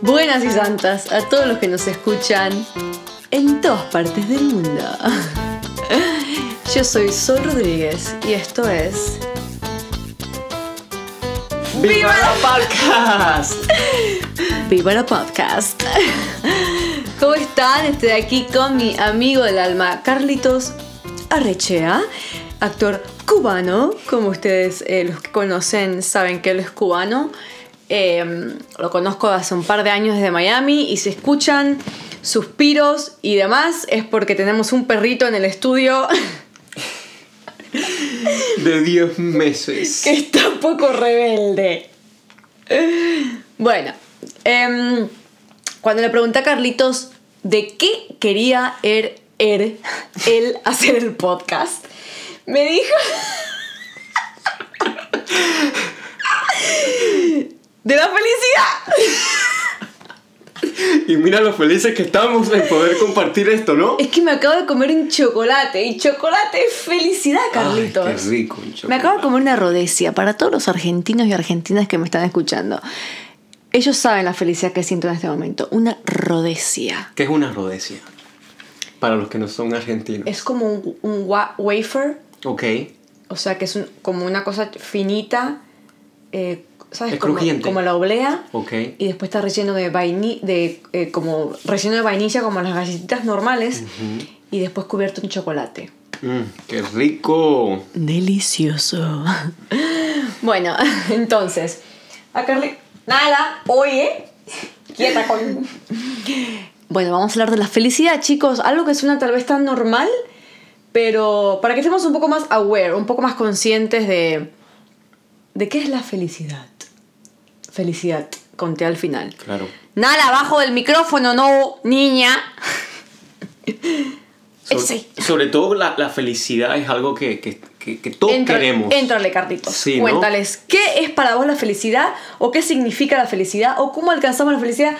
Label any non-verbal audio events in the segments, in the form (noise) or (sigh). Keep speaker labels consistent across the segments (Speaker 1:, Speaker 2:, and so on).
Speaker 1: Buenas y santas a todos los que nos escuchan en todas partes del mundo. (laughs) Yo soy Sol Rodríguez y esto es
Speaker 2: ¡Viva la podcast!
Speaker 1: Viva la Podcast. (laughs) ¿Cómo están? Estoy aquí con mi amigo del alma, Carlitos Arrechea, actor cubano. Como ustedes, eh, los que conocen, saben que él es cubano. Eh, lo conozco hace un par de años desde Miami y si escuchan suspiros y demás es porque tenemos un perrito en el estudio (laughs)
Speaker 2: De 10 meses.
Speaker 1: (laughs) que está un poco rebelde. Bueno, em, cuando le pregunté a Carlitos de qué quería er, er- él hacer el podcast, me dijo... (laughs) De la felicidad.
Speaker 2: Y mira lo felices que estamos de poder compartir esto, ¿no?
Speaker 1: Es que me acabo de comer un chocolate. Y chocolate es felicidad, Carlitos.
Speaker 2: Ay, qué rico un
Speaker 1: Me acabo de
Speaker 2: chocolate.
Speaker 1: comer una rodesia para todos los argentinos y argentinas que me están escuchando. Ellos saben la felicidad que siento en este momento. Una rodesia.
Speaker 2: ¿Qué es una rodesia? Para los que no son argentinos.
Speaker 1: Es como un, un wa- wafer,
Speaker 2: Ok.
Speaker 1: o sea que es un- como una cosa finita, eh, ¿sabes?
Speaker 2: Es
Speaker 1: como,
Speaker 2: crujiente.
Speaker 1: como la oblea.
Speaker 2: Ok.
Speaker 1: Y después está relleno de vainilla, de, eh, como relleno de vainilla como las galletitas normales. Y después cubierto en chocolate.
Speaker 2: Mm, ¡Qué rico!
Speaker 1: Delicioso. (laughs) Bueno, (laughs) entonces, a Carly. Nada, oye. Quieta con. Bueno, vamos a hablar de la felicidad, chicos. Algo que suena tal vez tan normal, pero para que estemos un poco más aware, un poco más conscientes de. ¿De qué es la felicidad? Felicidad, conté al final.
Speaker 2: Claro.
Speaker 1: Nada, abajo del micrófono, no, niña.
Speaker 2: So-
Speaker 1: Sí.
Speaker 2: Sobre todo la, la felicidad es algo que, que- que- que todos
Speaker 1: Entra-
Speaker 2: queremos.
Speaker 1: Éntrale, Carlitos.
Speaker 2: Sí, ¿no?
Speaker 1: Cuéntales, ¿qué es para vos la felicidad? ¿O qué significa la felicidad? ¿O cómo alcanzamos la felicidad?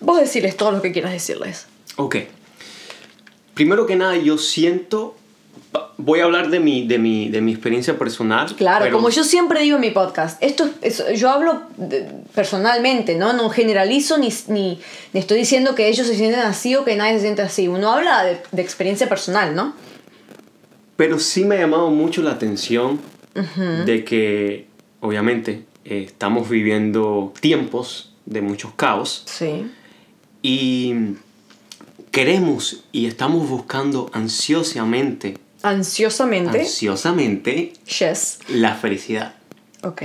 Speaker 1: Vos decirles todo lo que quieras decirles.
Speaker 2: Ok. Primero que nada, yo siento... pa- Voy a hablar de mi, de mi, de mi experiencia personal.
Speaker 1: Claro,
Speaker 2: pero-
Speaker 1: como yo siempre digo en mi podcast, esto es, es- yo hablo de- personalmente, ¿no? No generalizo ni, ni, ni estoy diciendo que ellos se sienten así o que nadie se siente así. Uno habla de, de experiencia personal, ¿no?
Speaker 2: Pero sí me ha llamado mucho la atención de que, obviamente, eh, estamos viviendo tiempos de muchos caos
Speaker 1: Sí.
Speaker 2: y queremos y estamos buscando ansiosamente,
Speaker 1: Ansiosamente.
Speaker 2: ansiosamente,
Speaker 1: yes.
Speaker 2: la felicidad.
Speaker 1: Ok.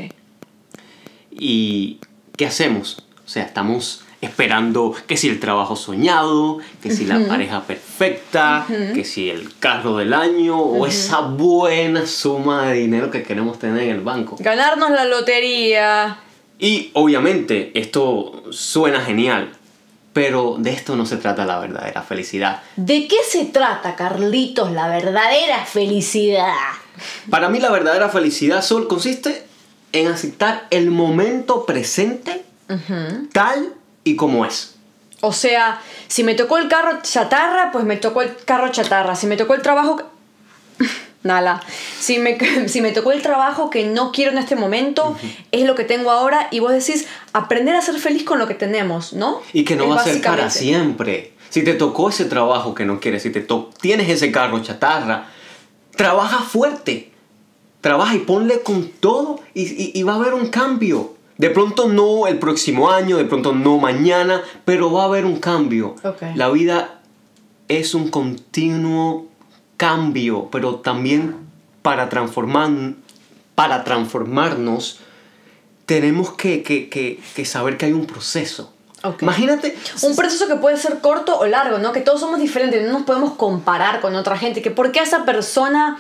Speaker 2: ¿Y qué hacemos? O sea, estamos esperando que si el trabajo soñado, que si la pareja perfecta, que si el carro del año o esa buena suma de dinero que queremos tener en el banco.
Speaker 1: Ganarnos la lotería.
Speaker 2: Y obviamente esto suena genial, pero de esto no se trata la verdadera felicidad.
Speaker 1: ¿De qué se trata, Carlitos, la verdadera felicidad?
Speaker 2: Para mí la verdadera felicidad solo consiste en aceptar el momento presente tal y como es.
Speaker 1: O sea, si me tocó el carro chatarra, pues me tocó el carro chatarra. Si me tocó el (laughs) trabajo... Nada. Si me, (laughs) si me tocó el trabajo que no quiero en este momento, es lo que tengo ahora y vos decís, aprender a ser feliz con lo que tenemos, ¿no?
Speaker 2: Y que no
Speaker 1: Es
Speaker 2: va a ser para
Speaker 1: básicamente.
Speaker 2: siempre. Si te tocó ese trabajo que no quieres, si te to- tienes ese carro chatarra, trabaja fuerte. Trabaja y ponle con todo y, y- y va a haber un cambio. De pronto no el próximo año, de pronto no mañana, pero va a haber un cambio.
Speaker 1: Ok.
Speaker 2: La vida es un continuo cambio, pero también para, transformar, para transformarnos tenemos que, que- que- que saber que hay un proceso.
Speaker 1: Ok.
Speaker 2: Imagínate,
Speaker 1: Un proceso que puede ser corto o largo, ¿no? Que todos somos diferentes, no nos podemos comparar con otra gente. Que por qué esa persona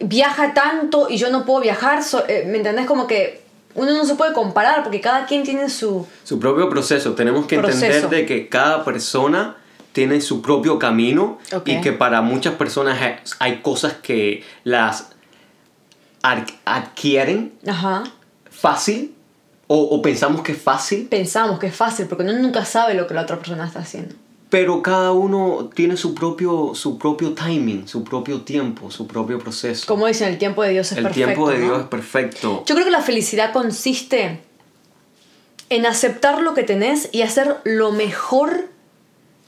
Speaker 1: viaja tanto y yo no puedo viajar, So- eh, ¿me entendés? Como que uno no se puede comparar porque cada quien tiene su...
Speaker 2: su propio proceso. Tenemos que
Speaker 1: Proceso.
Speaker 2: entender de que cada persona tiene su propio camino
Speaker 1: Ok.
Speaker 2: y que para muchas personas hay- hay cosas que las ar- adquieren
Speaker 1: Ajá.
Speaker 2: fácil o, o pensamos que es fácil,
Speaker 1: Pensamos que es fácil porque uno nunca sabe lo que la otra persona está haciendo.
Speaker 2: pero cada uno tiene su propio, su propio timing, su propio tiempo, su propio proceso.
Speaker 1: Como dicen, el tiempo de Dios es
Speaker 2: El
Speaker 1: perfecto.
Speaker 2: tiempo de
Speaker 1: ¿no?
Speaker 2: Dios es perfecto.
Speaker 1: Yo creo que la felicidad consiste en aceptar lo que tenés y hacer lo mejor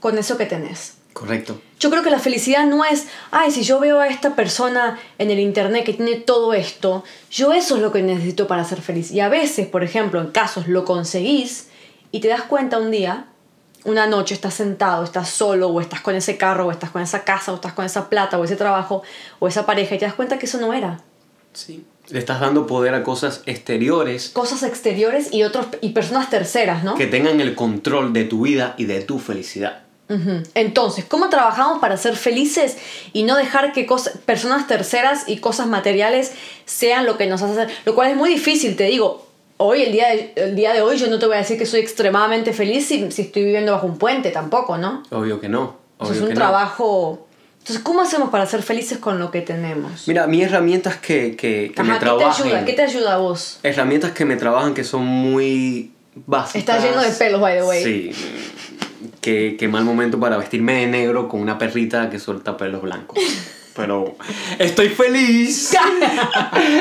Speaker 1: con eso que tenés.
Speaker 2: Correcto.
Speaker 1: Yo creo que la felicidad no es, ay, si yo veo a esta persona en el internet que tiene todo esto, yo eso es lo que necesito para ser feliz. Y a veces, por ejemplo, en casos lo conseguís y te das cuenta un día, una noche estás sentado, estás solo, o estás con ese carro, o estás con esa casa, o estás con esa plata, o ese trabajo, o esa pareja, y te das cuenta que eso no era.
Speaker 2: Sí. Le estás dando poder a cosas exteriores
Speaker 1: Cosas exteriores y, otros, y personas terceras, ¿no?
Speaker 2: que tengan el control de tu vida y de tu felicidad.
Speaker 1: Ujú. Entonces, ¿cómo trabajamos para ser felices y no dejar que cosas, personas terceras y cosas materiales sean lo que nos hace ser? Lo cual es muy difícil, te digo. Hoy, el día, de, el día de hoy, yo no te voy a decir que soy extremadamente feliz si, si estoy viviendo bajo un puente, tampoco, ¿no?
Speaker 2: Obvio que no.
Speaker 1: Eso
Speaker 2: obvio
Speaker 1: es un
Speaker 2: que no.
Speaker 1: trabajo. Entonces, ¿cómo hacemos para ser felices con lo que tenemos?
Speaker 2: Mira, mis herramientas que, que, que me
Speaker 1: Ajá, ¿qué te
Speaker 2: trabajan.
Speaker 1: ayuda? ¿Qué te ayuda a vos?
Speaker 2: herramientas que me trabajan que son muy básicas.
Speaker 1: Está lleno de pelos, by the way.
Speaker 2: Sí. Qué, qué mal momento para vestirme de negro con una perrita que suelta
Speaker 1: (laughs)
Speaker 2: pelos blancos. Pero estoy feliz.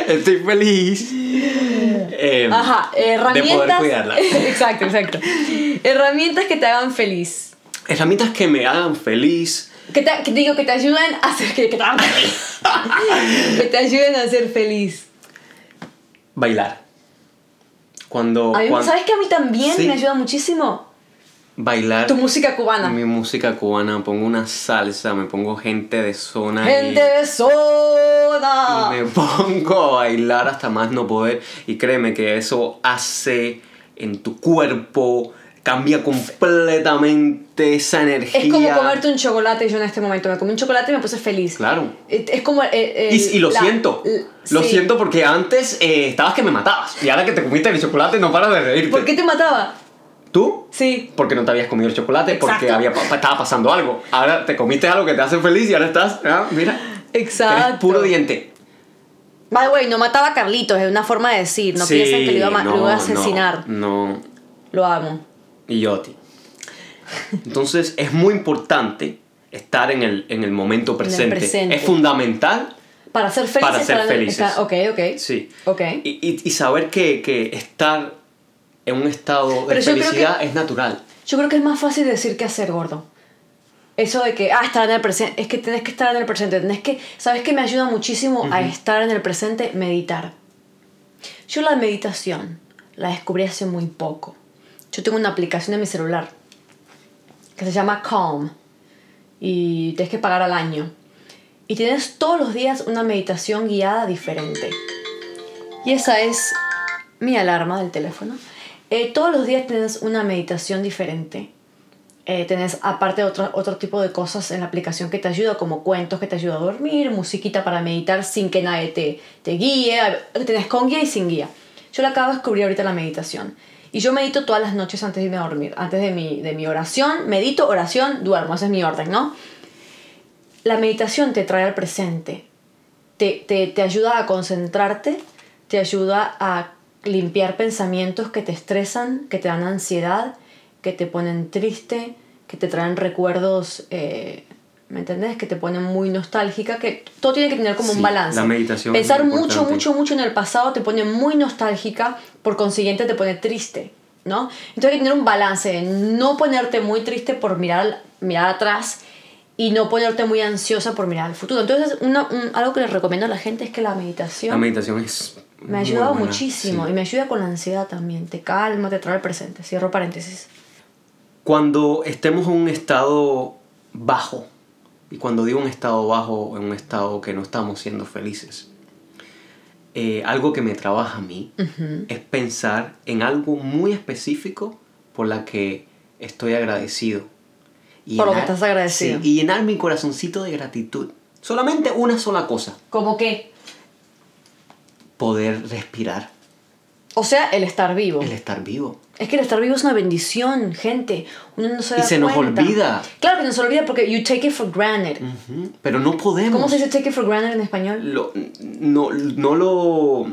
Speaker 2: estoy feliz. eh,
Speaker 1: Ajá,
Speaker 2: De poder
Speaker 1: herramientas. (laughs)
Speaker 2: cuidarla.
Speaker 1: exacto, exacto. Herramientas que te hagan feliz.
Speaker 2: Herramientas que me hagan feliz.
Speaker 1: Que te, que digo, que te ayuden a ser que, que te, hagan
Speaker 2: (laughs)
Speaker 1: feliz. Que te ayuden a ser feliz.
Speaker 2: Bailar. Cuando.
Speaker 1: A mí,
Speaker 2: cuan-
Speaker 1: ¿Sabes que a mí también
Speaker 2: Sí.
Speaker 1: me ayuda muchísimo?
Speaker 2: Bailar.
Speaker 1: Tu música cubana.
Speaker 2: Mi música cubana. Pongo una salsa. Me pongo gente de zona. y-
Speaker 1: Gente de soda.
Speaker 2: Y me (laughs) pongo a bailar hasta más no poder. Y créeme que eso hace en tu cuerpo, cambia completamente esa energía.
Speaker 1: Es como comerte un chocolate. Yo en este momento me comí un chocolate y me puse feliz.
Speaker 2: Claro.
Speaker 1: Eh, Es como. eh, eh,
Speaker 2: Y, y lo
Speaker 1: la-
Speaker 2: siento,
Speaker 1: l-
Speaker 2: lo
Speaker 1: sí.
Speaker 2: siento porque antes eh, estabas que me matabas y ahora que te comiste el chocolate no paras de reírte.
Speaker 1: ¿Por qué te mataba?
Speaker 2: ¿Tú?
Speaker 1: Sí.
Speaker 2: Porque no te habías comido el chocolate, porque
Speaker 1: Exacto.
Speaker 2: había, pa- pa- estaba pasando algo. Ahora te comiste algo que te hace feliz y ahora estás, ah, mira, eres
Speaker 1: Exacto.
Speaker 2: puro diente.
Speaker 1: By the way, no mataba a Carlitos, es una forma de decir. No
Speaker 2: Sí,
Speaker 1: piensen que lo iba a, ma- lo
Speaker 2: no,
Speaker 1: iba a
Speaker 2: no,
Speaker 1: asesinar.
Speaker 2: no.
Speaker 1: Lo amo.
Speaker 2: y yo a ti. Entonces es muy importante estar en el, en el momento presente.
Speaker 1: presente.
Speaker 2: Es fundamental,
Speaker 1: Para ser felices.
Speaker 2: ser felices.
Speaker 1: está- ok, ok.
Speaker 2: sí.
Speaker 1: Ok.
Speaker 2: Y, y- y saber que, que estar en un estado de
Speaker 1: Pero yo creo
Speaker 2: felicidad es natural.
Speaker 1: Yo creo que es más fácil decir que hacer, gordo. Eso de que, ah, estar en el presente, es que tenés que estar en el presente, tenés que, ¿sabes que me ayuda muchísimo a estar en el presente? Meditar. Yo la meditación la descubrí hace muy poco. Yo tengo una aplicación en mi celular que se llama Calm y tienes que pagar al año. Y tienes todos los días una meditación guiada diferente. Y esa es mi alarma del teléfono. Eh, todos los días tenés una meditación diferente. Eh, tenés aparte otro, otro tipo de cosas en la aplicación que te ayuda, como cuentos que te ayuda a dormir, musiquita para meditar sin que nadie te, te guíe. Tenés con guía y sin guía. Yo la acabo de descubrir ahorita la meditación. Y yo medito todas las noches antes de irme a dormir. Antes de mi, de mi oración, medito, oración, duermo. Ese es mi orden, ¿no? La meditación te trae al presente, te, te- te ayuda a concentrarte, te ayuda a limpiar pensamientos que te estresan, que te dan ansiedad, que te ponen triste, que te traen recuerdos, eh, ¿me entendés? Que te ponen muy nostálgica, que todo tiene que tener como
Speaker 2: Sí,
Speaker 1: un balance.
Speaker 2: la meditación es
Speaker 1: Pensar
Speaker 2: muy
Speaker 1: mucho,
Speaker 2: importante.
Speaker 1: mucho, mucho en el pasado te pone muy nostálgica, por consiguiente te pone triste, ¿no? Entonces hay que tener un balance, de no ponerte muy triste por mirar, al- mirar atrás y no ponerte muy ansiosa por mirar al futuro. Entonces, una- un- algo que les recomiendo a la gente es que la
Speaker 2: La
Speaker 1: meditación
Speaker 2: meditación es...
Speaker 1: me ha
Speaker 2: muy
Speaker 1: ayudado
Speaker 2: buena,
Speaker 1: muchísimo
Speaker 2: sí.
Speaker 1: y me ayuda con la ansiedad también. Te calma, te trae el presente. Cierro paréntesis.
Speaker 2: Cuando estemos en un estado bajo, y cuando digo un estado bajo, en un estado que no estamos siendo felices, eh, algo que me trabaja a mí es pensar en algo muy específico por la que estoy agradecido. Y
Speaker 1: Por lo que
Speaker 2: llenar-
Speaker 1: estás agradecido.
Speaker 2: sí, y llenar mi corazoncito de gratitud. Solamente una sola cosa,
Speaker 1: ¿Cómo qué?
Speaker 2: poder respirar,
Speaker 1: O sea, el estar vivo.
Speaker 2: el estar vivo.
Speaker 1: Es que el estar vivo es una bendición, gente. Uno no se
Speaker 2: Y
Speaker 1: da
Speaker 2: se nos
Speaker 1: cuenta.
Speaker 2: olvida.
Speaker 1: Claro que nos olvida porque you take it for granted.
Speaker 2: Ujú, Pero no podemos...
Speaker 1: ¿Cómo se dice take it for granted en español?
Speaker 2: Lo- no, no lo...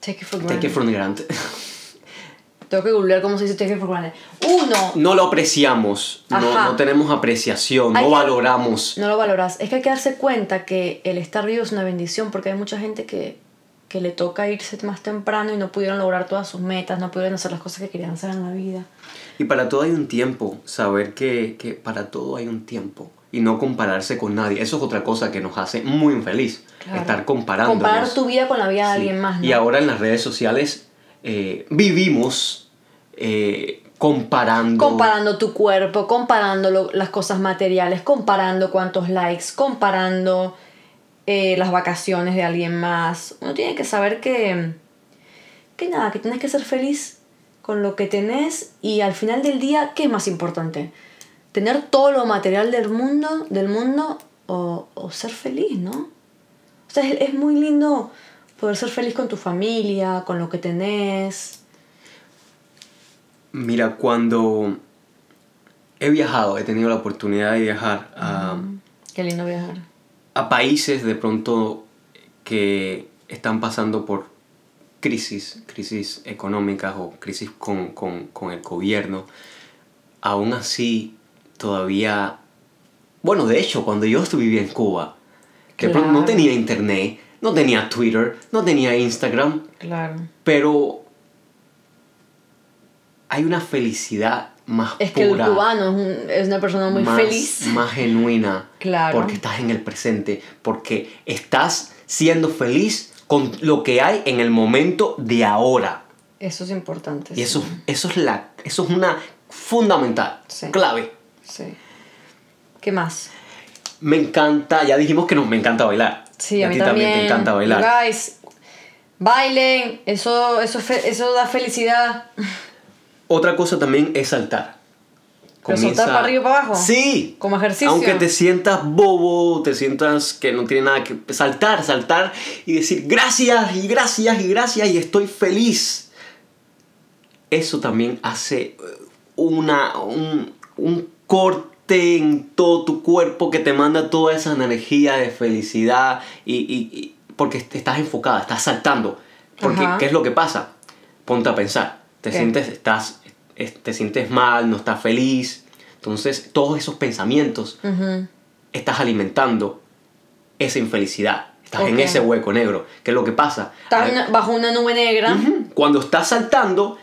Speaker 1: Take it for granted.
Speaker 2: Take it from granted.
Speaker 1: Tengo que googlear cómo se dice take it for granted. Uno,
Speaker 2: no lo apreciamos, no,
Speaker 1: Ajá.
Speaker 2: no tenemos apreciación,
Speaker 1: Hay
Speaker 2: no
Speaker 1: que-
Speaker 2: valoramos.
Speaker 1: no lo valoras. Es que hay que darse cuenta que el estar vivo es una bendición porque hay mucha gente que que le toca irse más temprano y no pudieron lograr todas sus metas, no pudieron hacer las cosas que querían hacer en la vida.
Speaker 2: Y para todo hay un tiempo, saber que, que para todo hay un tiempo y no compararse con nadie. Eso es otra cosa que nos hace muy infeliz,
Speaker 1: Claro.
Speaker 2: estar comparando.
Speaker 1: Comparar tu vida con la vida de alguien más, ¿no?
Speaker 2: Y ahora en las redes sociales eh, vivimos eh, comparando.
Speaker 1: Comparando tu cuerpo, comparando lo- las cosas materiales, comparando cuántos likes, comparando eh, las vacaciones de alguien más. Uno tiene que saber que, que nada, que tienes que ser feliz con lo que tenés y al final del día, ¿qué es más importante? ¿Tener todo lo material del mundo, del mundo o, o ser feliz, no? O sea, es, es muy lindo poder ser feliz con tu familia, con lo que tenés.
Speaker 2: Mira, cuando he viajado, he tenido la oportunidad de viajar a,
Speaker 1: Qué lindo viajar.
Speaker 2: a países de pronto que están pasando por crisis, crisis económicas o crisis con, con- con el gobierno, aún así todavía... Bueno, de hecho, cuando yo vivía en Cuba, que de pronto no
Speaker 1: Claro.
Speaker 2: tenía internet, no tenía Twitter, no tenía Instagram,
Speaker 1: Claro.
Speaker 2: pero hay una felicidad más
Speaker 1: Es que
Speaker 2: pura
Speaker 1: el cubano es, un- es una persona muy
Speaker 2: más,
Speaker 1: feliz.
Speaker 2: más genuina.
Speaker 1: Claro.
Speaker 2: Porque estás en el presente, porque estás siendo feliz con lo que hay en el momento de ahora.
Speaker 1: Eso es importante.
Speaker 2: Y
Speaker 1: sí.
Speaker 2: eso, eso, es la, eso es una fundamental,
Speaker 1: Sí.
Speaker 2: clave.
Speaker 1: Sí. ¿Qué más?
Speaker 2: Me encanta, ya dijimos que nos me encanta bailar.
Speaker 1: Sí, a mí
Speaker 2: ti
Speaker 1: también.
Speaker 2: te encanta bailar.
Speaker 1: Guys, bailen. Eso, eso, es fe- eso da felicidad.
Speaker 2: Otra cosa también es saltar.
Speaker 1: ¿Pero saltar para arriba y para abajo?
Speaker 2: Sí.
Speaker 1: Como ejercicio.
Speaker 2: Aunque te sientas bobo, te sientas que no tiene nada que saltar, saltar y decir gracias y gracias y gracias y estoy feliz. Eso también hace eh, una, un, un corte en todo tu cuerpo que te manda toda esa energía de felicidad y, y- y- porque te estás enfocada, estás saltando. Porque,
Speaker 1: Ajá.
Speaker 2: ¿qué es lo que pasa? Ponte a pensar. Te
Speaker 1: ¿Qué?
Speaker 2: sientes, estás, es- te sientes mal, no estás feliz. Entonces, todos esos pensamientos
Speaker 1: Ujú.
Speaker 2: estás alimentando esa infelicidad. Estás en
Speaker 1: Ok.
Speaker 2: ese hueco negro. ¿Qué es lo que pasa?
Speaker 1: Estás
Speaker 2: Al-
Speaker 1: una- bajo una nube negra.
Speaker 2: Ujú. Cuando estás saltando,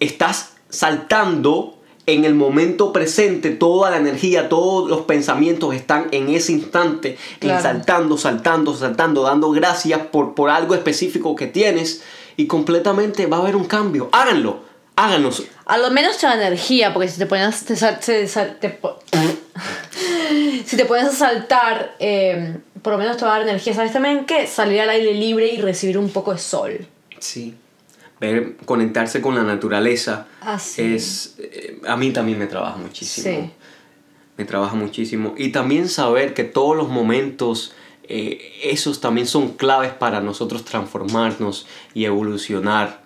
Speaker 2: estás saltando en el momento presente. Toda la energía, todos los pensamientos están en ese instante. en
Speaker 1: Claro.
Speaker 2: saltando, saltando, saltando, dando gracias por, por algo específico que tienes. Y completamente va a haber un cambio. Háganlo. Háganos.
Speaker 1: A lo menos te da energía, porque si te pones, te sal- te sal- te po- (laughs) si te pones a saltar, eh, por lo menos te va a dar energía. ¿Sabes también qué? Salir al aire libre y recibir un poco de sol.
Speaker 2: Sí. Ver, conectarse con la naturaleza.
Speaker 1: Ah, sí.
Speaker 2: Es, eh, a mí también me trabaja muchísimo.
Speaker 1: Sí.
Speaker 2: me trabaja muchísimo. Y también saber que todos los momentos, eh, esos también son claves para nosotros transformarnos y evolucionar.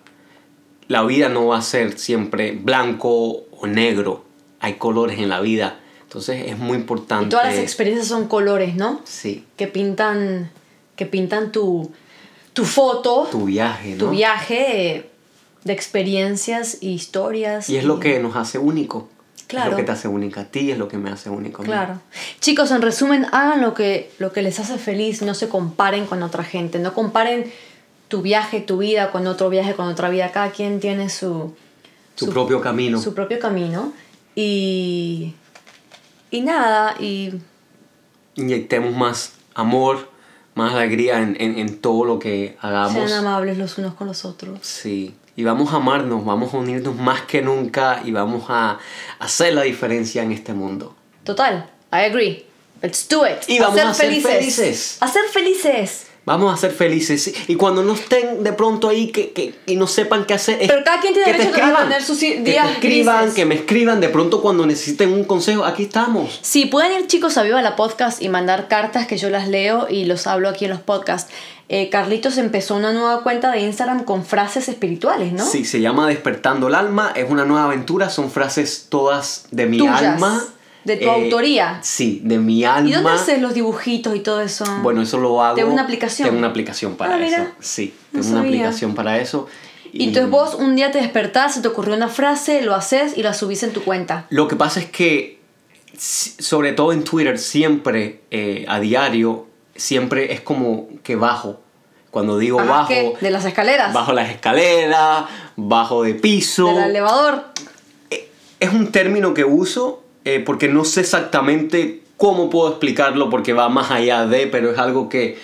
Speaker 2: La vida no va a ser siempre blanco o negro. Hay colores en la vida. Entonces es muy importante.
Speaker 1: Todas las experiencias son colores, ¿no?
Speaker 2: Sí,
Speaker 1: Que pintan, que pintan tu, tu foto, tu,
Speaker 2: tu viaje, ¿no?
Speaker 1: viaje eh, de experiencias y historias.
Speaker 2: Y es lo que nos hace único. Es
Speaker 1: Claro.
Speaker 2: lo que te hace única a ti, es lo que me hace único a mí.
Speaker 1: Claro. Chicos, en resumen, hagan lo que, lo que les hace feliz, no se comparen con otra gente, no comparen tu viaje, tu vida con otro viaje, con otra vida. Cada quien tiene su,
Speaker 2: Su, propio camino.
Speaker 1: su propio camino y, y nada, y
Speaker 2: Inyectemos más amor, más alegría en, en- en todo lo que hagamos.
Speaker 1: sean amables los unos con los otros.
Speaker 2: Sí, y vamos a amarnos, vamos a unirnos más que nunca y vamos a hacer la diferencia en este mundo.
Speaker 1: Total, I agree. Let's do it.
Speaker 2: Y vamos a ser felices.
Speaker 1: A ser felices.
Speaker 2: Vamos a ser felices. sí. Y cuando no estén de pronto ahí que, que- y no sepan qué hacer, es
Speaker 1: Pero cada quien tiene
Speaker 2: que te
Speaker 1: derecho a
Speaker 2: escriban,
Speaker 1: tener sus i-
Speaker 2: que
Speaker 1: días
Speaker 2: te escriban,
Speaker 1: grises.
Speaker 2: que me escriban. De pronto cuando necesiten un consejo, aquí estamos.
Speaker 1: Si pueden ir chicos a Viva la Podcast y mandar cartas que yo las leo y los hablo aquí en los podcasts. Eh, Carlitos empezó una nueva cuenta de Instagram con frases espirituales, ¿no?
Speaker 2: Sí, se llama Despertando el Alma, es una nueva aventura, son frases todas de mi
Speaker 1: Tuyas,
Speaker 2: alma. Eh,
Speaker 1: de tu autoría.
Speaker 2: Sí, de mi alma.
Speaker 1: ¿Y dónde haces los dibujitos y todo eso?
Speaker 2: Bueno, eso lo hago.
Speaker 1: ¿Tengo una aplicación?
Speaker 2: Tengo una aplicación para
Speaker 1: Ah, mira.
Speaker 2: eso. Sí,
Speaker 1: No
Speaker 2: tengo una
Speaker 1: sabía.
Speaker 2: aplicación para eso.
Speaker 1: Y entonces vos un día te despertás, se te ocurrió una frase, lo haces y la subís en tu cuenta.
Speaker 2: Lo que pasa es que, si- sobre todo en Twitter, siempre, eh, a diario, siempre es como que bajo. Cuando digo
Speaker 1: Ajá,
Speaker 2: bajo,
Speaker 1: ¿qué? De las escaleras.
Speaker 2: bajo las escaleras, bajo de piso.
Speaker 1: Del elevador.
Speaker 2: Eh, es un término que uso eh, porque no sé exactamente cómo puedo explicarlo porque va más allá de, pero es algo que,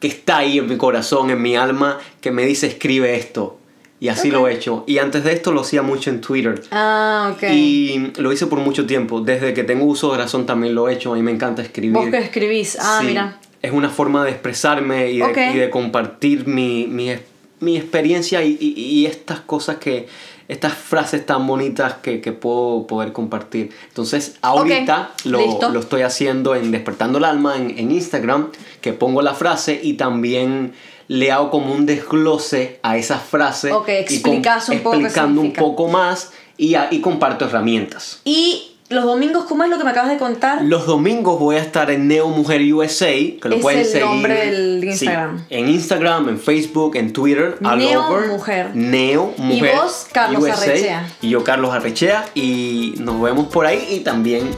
Speaker 2: que está ahí en mi corazón, en mi alma, que me dice escribe esto. Y así lo he hecho. Y antes de esto lo hacía mucho en Twitter.
Speaker 1: Ah, ok.
Speaker 2: Y lo hice por mucho tiempo. Desde que tengo uso de razón también lo he hecho. A mí me encanta escribir.
Speaker 1: Vos que escribís. Ah,
Speaker 2: Sí,
Speaker 1: mira.
Speaker 2: Es una forma de expresarme y de,
Speaker 1: Ok.
Speaker 2: y de compartir mi, mi, ex- mi experiencia y, y- y estas cosas que. Estas frases tan bonitas que, que puedo poder compartir. Entonces, ahorita
Speaker 1: listo.
Speaker 2: lo, lo estoy haciendo en Despertando el Alma en, en Instagram, que pongo la frase y también le hago como un desglose a esa frase.
Speaker 1: Ok,
Speaker 2: y con-
Speaker 1: explicas un poco qué
Speaker 2: Explicando un
Speaker 1: significa.
Speaker 2: poco más y, a- y comparto herramientas.
Speaker 1: Y los domingos, ¿cómo es lo que me acabas de contar?
Speaker 2: Los domingos voy a estar en Neo Mujer USA, que lo
Speaker 1: Es
Speaker 2: pueden
Speaker 1: el
Speaker 2: seguir.
Speaker 1: nombre del
Speaker 2: Sí,
Speaker 1: Instagram.
Speaker 2: en Instagram, en Facebook, en Twitter, all
Speaker 1: Neo
Speaker 2: over.
Speaker 1: Mujer.
Speaker 2: Neo Mujer.
Speaker 1: vos, Carlos Arrechea.
Speaker 2: Y yo, Carlos Arrechea. Y nos vemos por ahí y también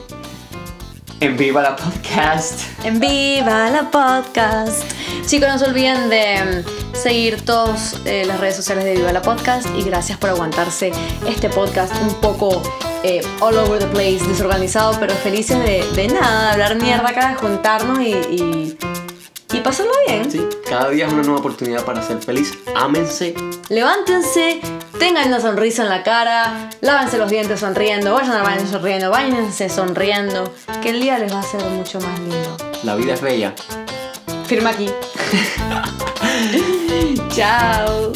Speaker 2: en Viva la Podcast.
Speaker 1: En Viva la Podcast. Chicos, no se olviden de mm, seguir todas eh, las redes sociales de Viva la Podcast y gracias por aguantarse este podcast un poco eh, all over the place, desorganizado, pero felices de, de nada, de hablar mierda acá, de juntarnos y, y, y pasarlo bien.
Speaker 2: Sí, cada día es una nueva oportunidad para ser feliz. Ámense.
Speaker 1: Levántense, tengan una sonrisa en la cara, lávense los dientes sonriendo, vayan al baño sonriendo, váyanse sonriendo, que el día les va a ser mucho más lindo.
Speaker 2: La vida es bella.
Speaker 1: Firma aquí. (laughs) Chao.